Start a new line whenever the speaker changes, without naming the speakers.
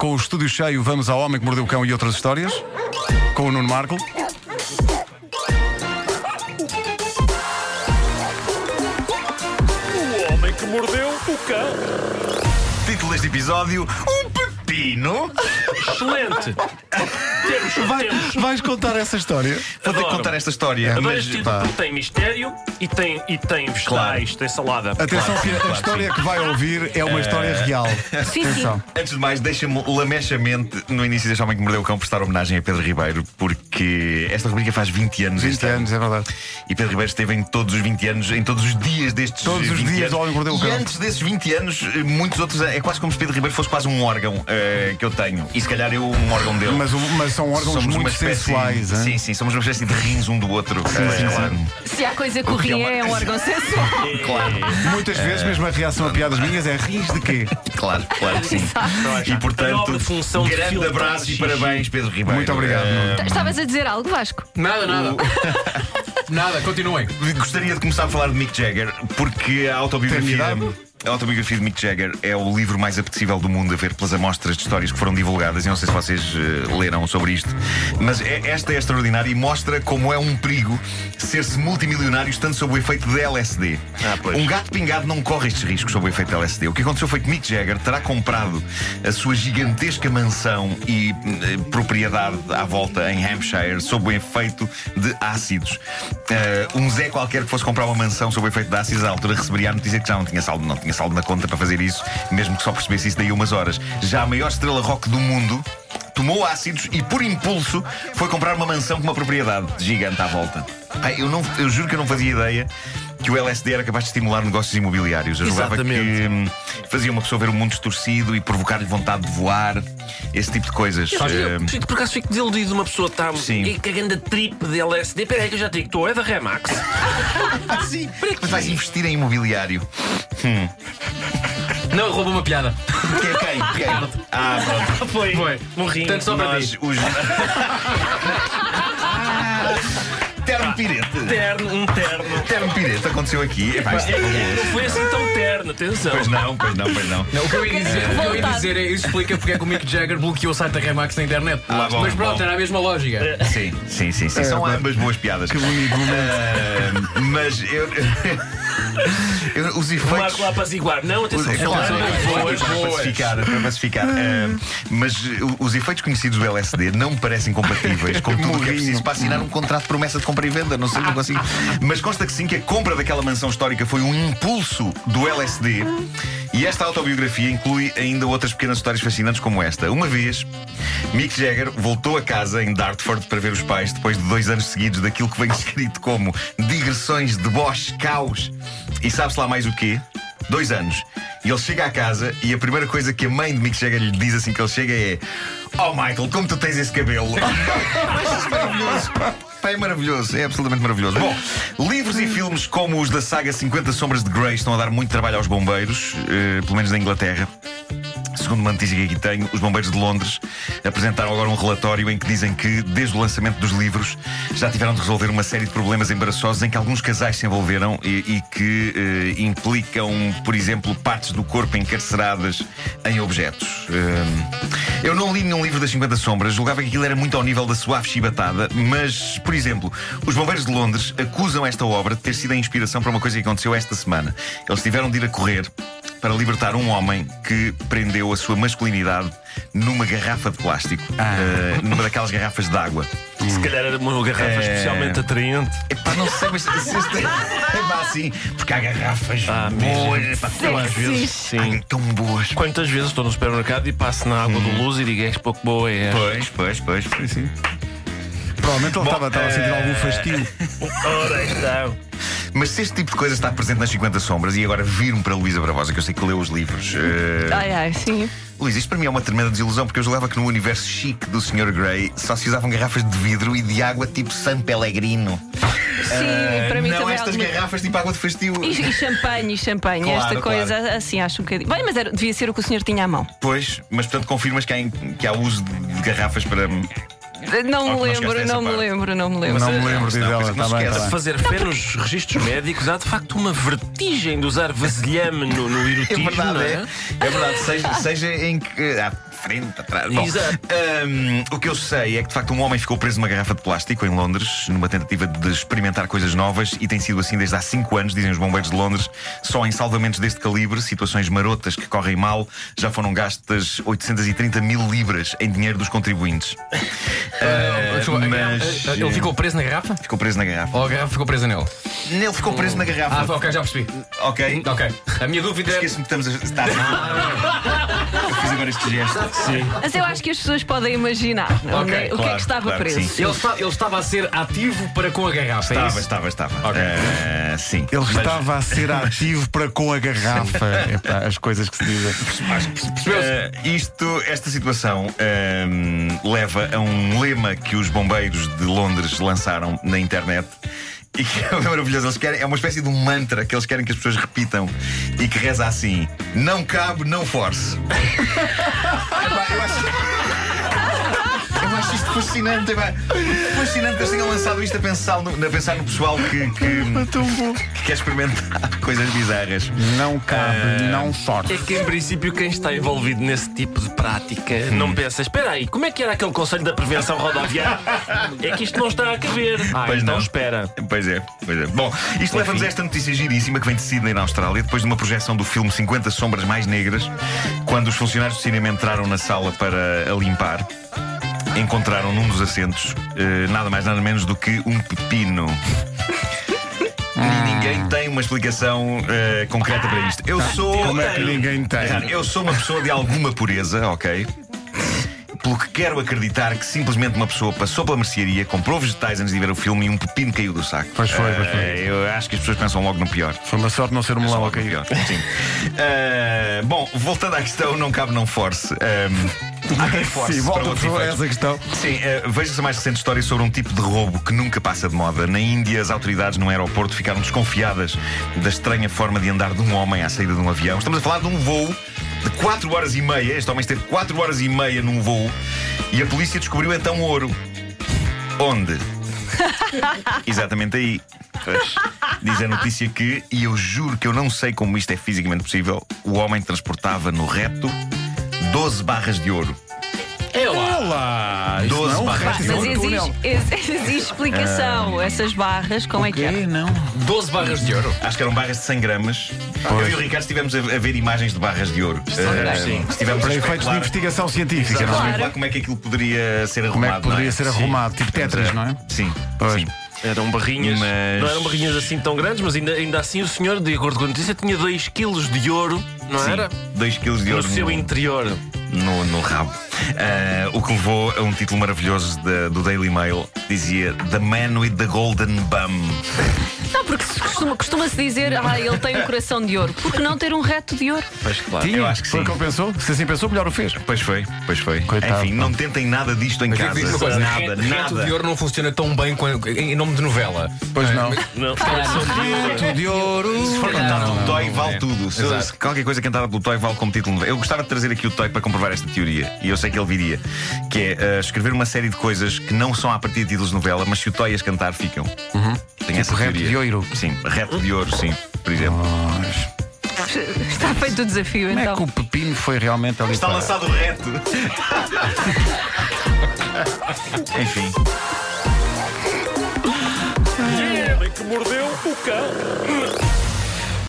Com o estúdio cheio, vamos ao Homem que Mordeu o Cão e outras histórias. Com o Nuno Marco.
O homem que mordeu o cão.
Título deste episódio: Um pepino.
Excelente. temos, temos.
Vais contar essa história?
Vou ter que
Adoro.
contar esta história.
Adoro
Mas,
este título
pá,
porque tem mistério e tem, e tem vegetais, tem salada.
Atenção, que a
claro,
história que vai ouvir é uma história real. Atenção.
antes de mais, deixa-me lamechamente no início deste homem que mordeu o cão prestar homenagem a Pedro Ribeiro, porque esta rubrica faz 20 anos
20
este ano.
anos, é verdade.
E Pedro Ribeiro esteve em todos os 20 anos, em todos os dias destes
Todos os
20
dias
anos.
do Homem que Mordeu o Cão.
E antes desses 20 anos, eh, muitos outros. É quase como se Pedro Ribeiro fosse quase um órgão eh, que eu tenho. E se calhar eu um órgão dele.
Mas, o- mas são órgãos muito sensuais. hein?
Sim, sim, somos uma espécie de rins um do outro. Eh, claro.
Se há coisa que o
que é
rim
uma-
é, é um órgão sensual.
Claro,
Muitas vezes,
É.
mesmo a reação a piadas minhas é rins de quê?
claro, claro que sim. E
Nobre
portanto,
função de
grande
filtrar
abraço e
xixi.
parabéns, Pedro Ribeiro. Eh,
Muito obrigado, Nuno.
Estavas a dizer algo, Vasco?
Nada, nada. nada, continuem.
Eh, Gostaria de começar a falar de Mick Jagger, porque a autobiografia.
Tem idade?
A autobiografia de Mick Jagger é o livro mais apetecível do mundo a ver pelas amostras de histórias que foram divulgadas. Eu não sei se vocês eh, leram sobre isto, mas é- esta é extraordinária e mostra como é um perigo ser-se multimilionário estando sob o efeito de LSD.
Ah,
um gato pingado não corre estes riscos sob o efeito de LSD. O que aconteceu foi que Mick Jagger terá comprado a sua gigantesca mansão e eh, propriedade à volta em Hampshire sob o efeito de ácidos. Eh, um Zé qualquer que fosse comprar uma mansão sob o efeito de ácidos à altura receberia a notícia que já não tinha saldo, não tinha saldo na conta para fazer isso, mesmo que só percebesse isso daí a umas horas. Já a maior estrela rock do mundo tomou ácidos e, por impulso, foi comprar uma mansão com uma propriedade gigante à volta. Ai, eu, não, eu juro que eu não fazia ideia que o LSD era capaz de estimular negócios imobiliários. Eu julgava que
Exatamente.
hum, fazia uma pessoa ver o mundo distorcido e provocar-lhe vontade de voar, esse tipo de coisas. Hum,
Eu, por acaso fico desiludido de uma pessoa que está
Sim.
e que a grande trip de LSD. Peraí, que eu já te digo, tu é da Remax.
Sim, mas vais investir em imobiliário.
Não, roubou uma piada.
Quem? Quem? Quem? Ah, pronto.
Foi.
Foi.
Morri.
Portanto, só para
Nós,
ti.
os.
Ah.
Terno Pirete.
Terno, um terno.
Terno Pirete aconteceu aqui. Epá, isto é fabuloso.
Não foi assim tão terno, atenção.
Pois não, pois não, pois não.
Não, o que eu ia dizer, o que eu ia dizer é isso explica porque é que o Mick Jagger bloqueou o site da Remax na internet.
Ah, bom, É,
Mas pronto,
bom.
era a mesma lógica.
Sim, sim, sim. sim. São ambas boas piadas.
É, Que bonito momento.
Ah, mas eu. eu- os efeitos.
Marco lá para ziguar. Não, é atenção.
Os-
são
claro,
ternos, boas,
é, Para
boas.
pacificar, para pacificar. Ah, mas uh, os efeitos conhecidos do LSD não parecem compatíveis com tudo o que é preciso para assinar um contrato de promessa de compra e venda. Não sei, não consigo. Mas consta que sim, que a compra daquela mansão histórica foi um impulso do LSD. E esta autobiografia inclui ainda outras pequenas histórias fascinantes como esta. Uma vez, Mick Jagger voltou a casa em Dartford para ver os pais depois de dois anos seguidos daquilo que vem escrito como digressões, deboche, caos e sabe-se lá mais o quê? Dois anos. E ele chega à casa e a primeira coisa que a mãe de Mick Jagger lhe diz assim que ele chega é: Oh Michael, como tu tens esse cabelo! Isto é maravilhoso! Pá, É maravilhoso, é absolutamente maravilhoso. Bom, livros e filmes como os da saga 50 Sombras de Grey estão a dar muito trabalho aos bombeiros, eh, pelo menos na Inglaterra. Segundo uma notícia que aqui tenho, os bombeiros de Londres apresentaram agora um relatório em que dizem que, desde o lançamento dos livros, já tiveram de resolver uma série de problemas embaraçosos em que alguns casais se envolveram e, e que eh, implicam, por exemplo, partes do corpo encarceradas em objetos. Eh, eu não li nenhum livro das 50 Sombras, julgava que aquilo era muito ao nível da suave chibatada, mas, por exemplo, os bombeiros de Londres acusam esta obra de ter sido a inspiração para uma coisa que aconteceu esta semana. Eles tiveram de ir a correr para libertar um homem que prendeu a sua masculinidade numa garrafa de plástico, eh, numa daquelas garrafas de água.
Se calhar era uma garrafa
É.
especialmente atraente.
Epá, não sei, mas se este é pá, assim, porque há garrafas boas, epá,
Eu às vezes, sim.
há tão boas.
Quantas vezes estou no supermercado e passo na água
Hum.
do Luz e digo, és pouco boa é esta.
Pois, pois, pois. pois.
Sim. Provavelmente ele estava estava a
é.
sentir algum fastio.
Ora está.
Mas se este tipo de coisa está presente nas 50 Sombras e agora vir-me para Luísa Bravosa, que eu sei que leu os livros. eh,
Ai, ai, sim.
Luís, isto para mim é uma tremenda desilusão, porque eu julgava que no universo chique do Sr. Grey só se usavam garrafas de vidro e de água tipo San Pellegrino.
Sim, para mim
Ah, Eh, não
também é
estas
alguma-
garrafas tipo água de fastio.
E, e champanhe, e champanhe.
Claro,
Esta
claro.
coisa assim acho um bocadinho. Bem, mas era- devia ser o que o senhor tinha à mão.
Pois, mas portanto confirmas que há, em- que há uso de garrafas para.
Não
Ou
me
que não
lembro,
chegaste a
não
essa
me
parte.
lembro, não me lembro.
Não me lembro de
é, Não,
dela,
mas não
está bem,
esquece.
está bem.
Fazer fé nos registros médicos há de facto uma vertigem de usar vasilhame no, no
É
erotismo,
verdade,
não
é.
é?
É verdade, seja, seja em que. ah, frente, atrás. Bom,
Exato.
hum, o que eu sei é que de facto um homem ficou preso numa garrafa de plástico em Londres, numa tentativa de experimentar coisas novas, e tem sido assim desde há 5 anos, dizem os bombeiros de Londres. Só em salvamentos deste calibre, situações marotas que correm mal, já foram gastas 830 mil libras em dinheiro dos contribuintes.
Ah, desculpa, a garrafa-
mas-
Ele ficou preso na garrafa?
Ficou preso na garrafa.
Ou a garrafa ficou presa nele?
Ele ficou preso na garrafa.
Ah, ok, já percebi.
Ok.
Ok. A minha dúvida é.
Esqueço-me que estamos a. Está. Eu fiz agora este gesto. Sim.
Mas eu acho que as pessoas podem imaginar não é?
Ok,
o que é
claro,
que estava
claro que
preso.
sim.
Ele, está- ele estava a ser ativo para com a garrafa, é
Estava,
isso?
estava, estava.
Ok.
Eh, sim.
Ele
Mas-
estava a ser ativo para com a garrafa. Epá, as coisas que se dizem.
Eh, isto, esta situação ehm, leva a um lema que os bombeiros de Londres lançaram na internet e que é maravilhoso. Eles querem, é uma espécie de um mantra que eles querem que as pessoas repitam e que reza assim: Não cabe, não force. Epá, eu acho- Eu acho isto fascinante, epá. fascinante que eles tenham lançado isto a pensar no, a pensar no pessoal que, que, que quer experimentar coisas bizarras.
Não cabe, não sorte.
É que em princípio quem está envolvido nesse tipo de prática
Hum.
não pensa, espera aí, como é que era aquele conselho da prevenção rodoviária? é que isto não está a caber. Ah,
Pois
então
não.
espera.
Pois é, pois é. Bom, isto leva-nos a esta notícia giríssima que vem de Sydney, na Austrália, depois de uma projeção do filme 50 Sombras Mais Negras, quando os funcionários do cinema entraram na sala para a limpar, encontraram num dos assentos eh, nada mais nada menos do que um pepino.
Ah.
E ninguém tem uma explicação eh, concreta para isto. Eu sou.
Como é que ninguém tem?
Claro, Eu sou uma pessoa de alguma pureza, ok? Pelo que quero acreditar que simplesmente uma pessoa passou pela mercearia, comprou vegetais antes de ver o filme e um pepino caiu do saco.
Pois foi, pois foi.
Eh, eu acho que as pessoas pensam logo no pior.
Foi uma sorte não ser um
Só
melão a
logo no
cair.
pior. Sim. Eh, bom, voltando à questão, não cabe, não force. Ehm, há quem force.
Sim,
para
volta por
outros
favor a
efeitos.
essa questão.
Sim, eh, veja-se a mais recente história sobre um tipo de roubo que nunca passa de moda. Na Índia, as autoridades no aeroporto ficaram desconfiadas da estranha forma de andar de um homem à saída de um avião. Estamos a falar de um voo de 4 horas e meia. Este homem esteve 4 horas e meia num voo e a polícia descobriu então ouro. Onde? Exatamente aí. Pois. Diz a notícia que, e eu juro que eu não sei como isto é fisicamente possível, o homem transportava no reto 12 barras de ouro.
É lá.
Olá! é
12 barras
Mas
de ouro.
exige, ex- exige explicação.
Ah.
Essas barras, como é que é?
Quê? Não.
12 barras de ouro.
Acho que eram barras de 100 gramas. Eu e o Ricardo estivemos a, a ver imagens de barras de ouro. Eh,
sim.
Estivemos
Para
a
efeitos de
especular,
investigação científica.
estivemos a
não é?
especular como é que aquilo poderia ser arrumado.
Como é que
não
poderia ser arrumado? Tipo tetras, não é?
Sim.
Pois.
sim.
Eram barrinhas,
Mas-
não eram barrinhas assim tão grandes, mas ainda, ainda assim o senhor, de acordo com a notícia, tinha 2 quilos de ouro, não era?
2 kg de
No
ouro
seu
no,
interior.
no, no rabo. Eh, o que levou a um título maravilhoso da- do Daily Mail. Dizia The Man with the Golden Bum.
Não, porque se costuma- costuma-se dizer, ah, ele tem um coração de ouro. Por que não ter um reto de ouro?
Pois claro.
Tinha?
Eu acho que
Foi
sim.
o que ele pensou? Se assim pensou, melhor o fez.
Pois foi, pois foi.
Coitado,
Enfim,
pá.
não tentem nada disto em
Mas
casa.
digo-te uma coisa,
nada,
reto-
nada.
Reto de ouro não funciona tão bem quando- em nome de novela.
Pois
É.
não.
Ah.
Não, coração de ouro.
de ouro.
Se for cantado pelo Toy, vale
é.
tudo. Se-
Exato.
se qualquer coisa cantada pelo Toy vale como título. Eu gostava de trazer aqui o Toy para comprovar esta teoria, e eu sei que ele viria, que é eh, escrever uma série de coisas que não são à partida de títulos de novela, mas se o Toy as cantar, ficam. Tem essa
reto
teoria.
de ouro.
Sim, reto de ouro, sim, por exemplo.
Está feito o desafio,
Como é
então.
que o pepino foi realmente ali
Está
para-
lançado o reto. Enfim.
Ele que mordeu o cão.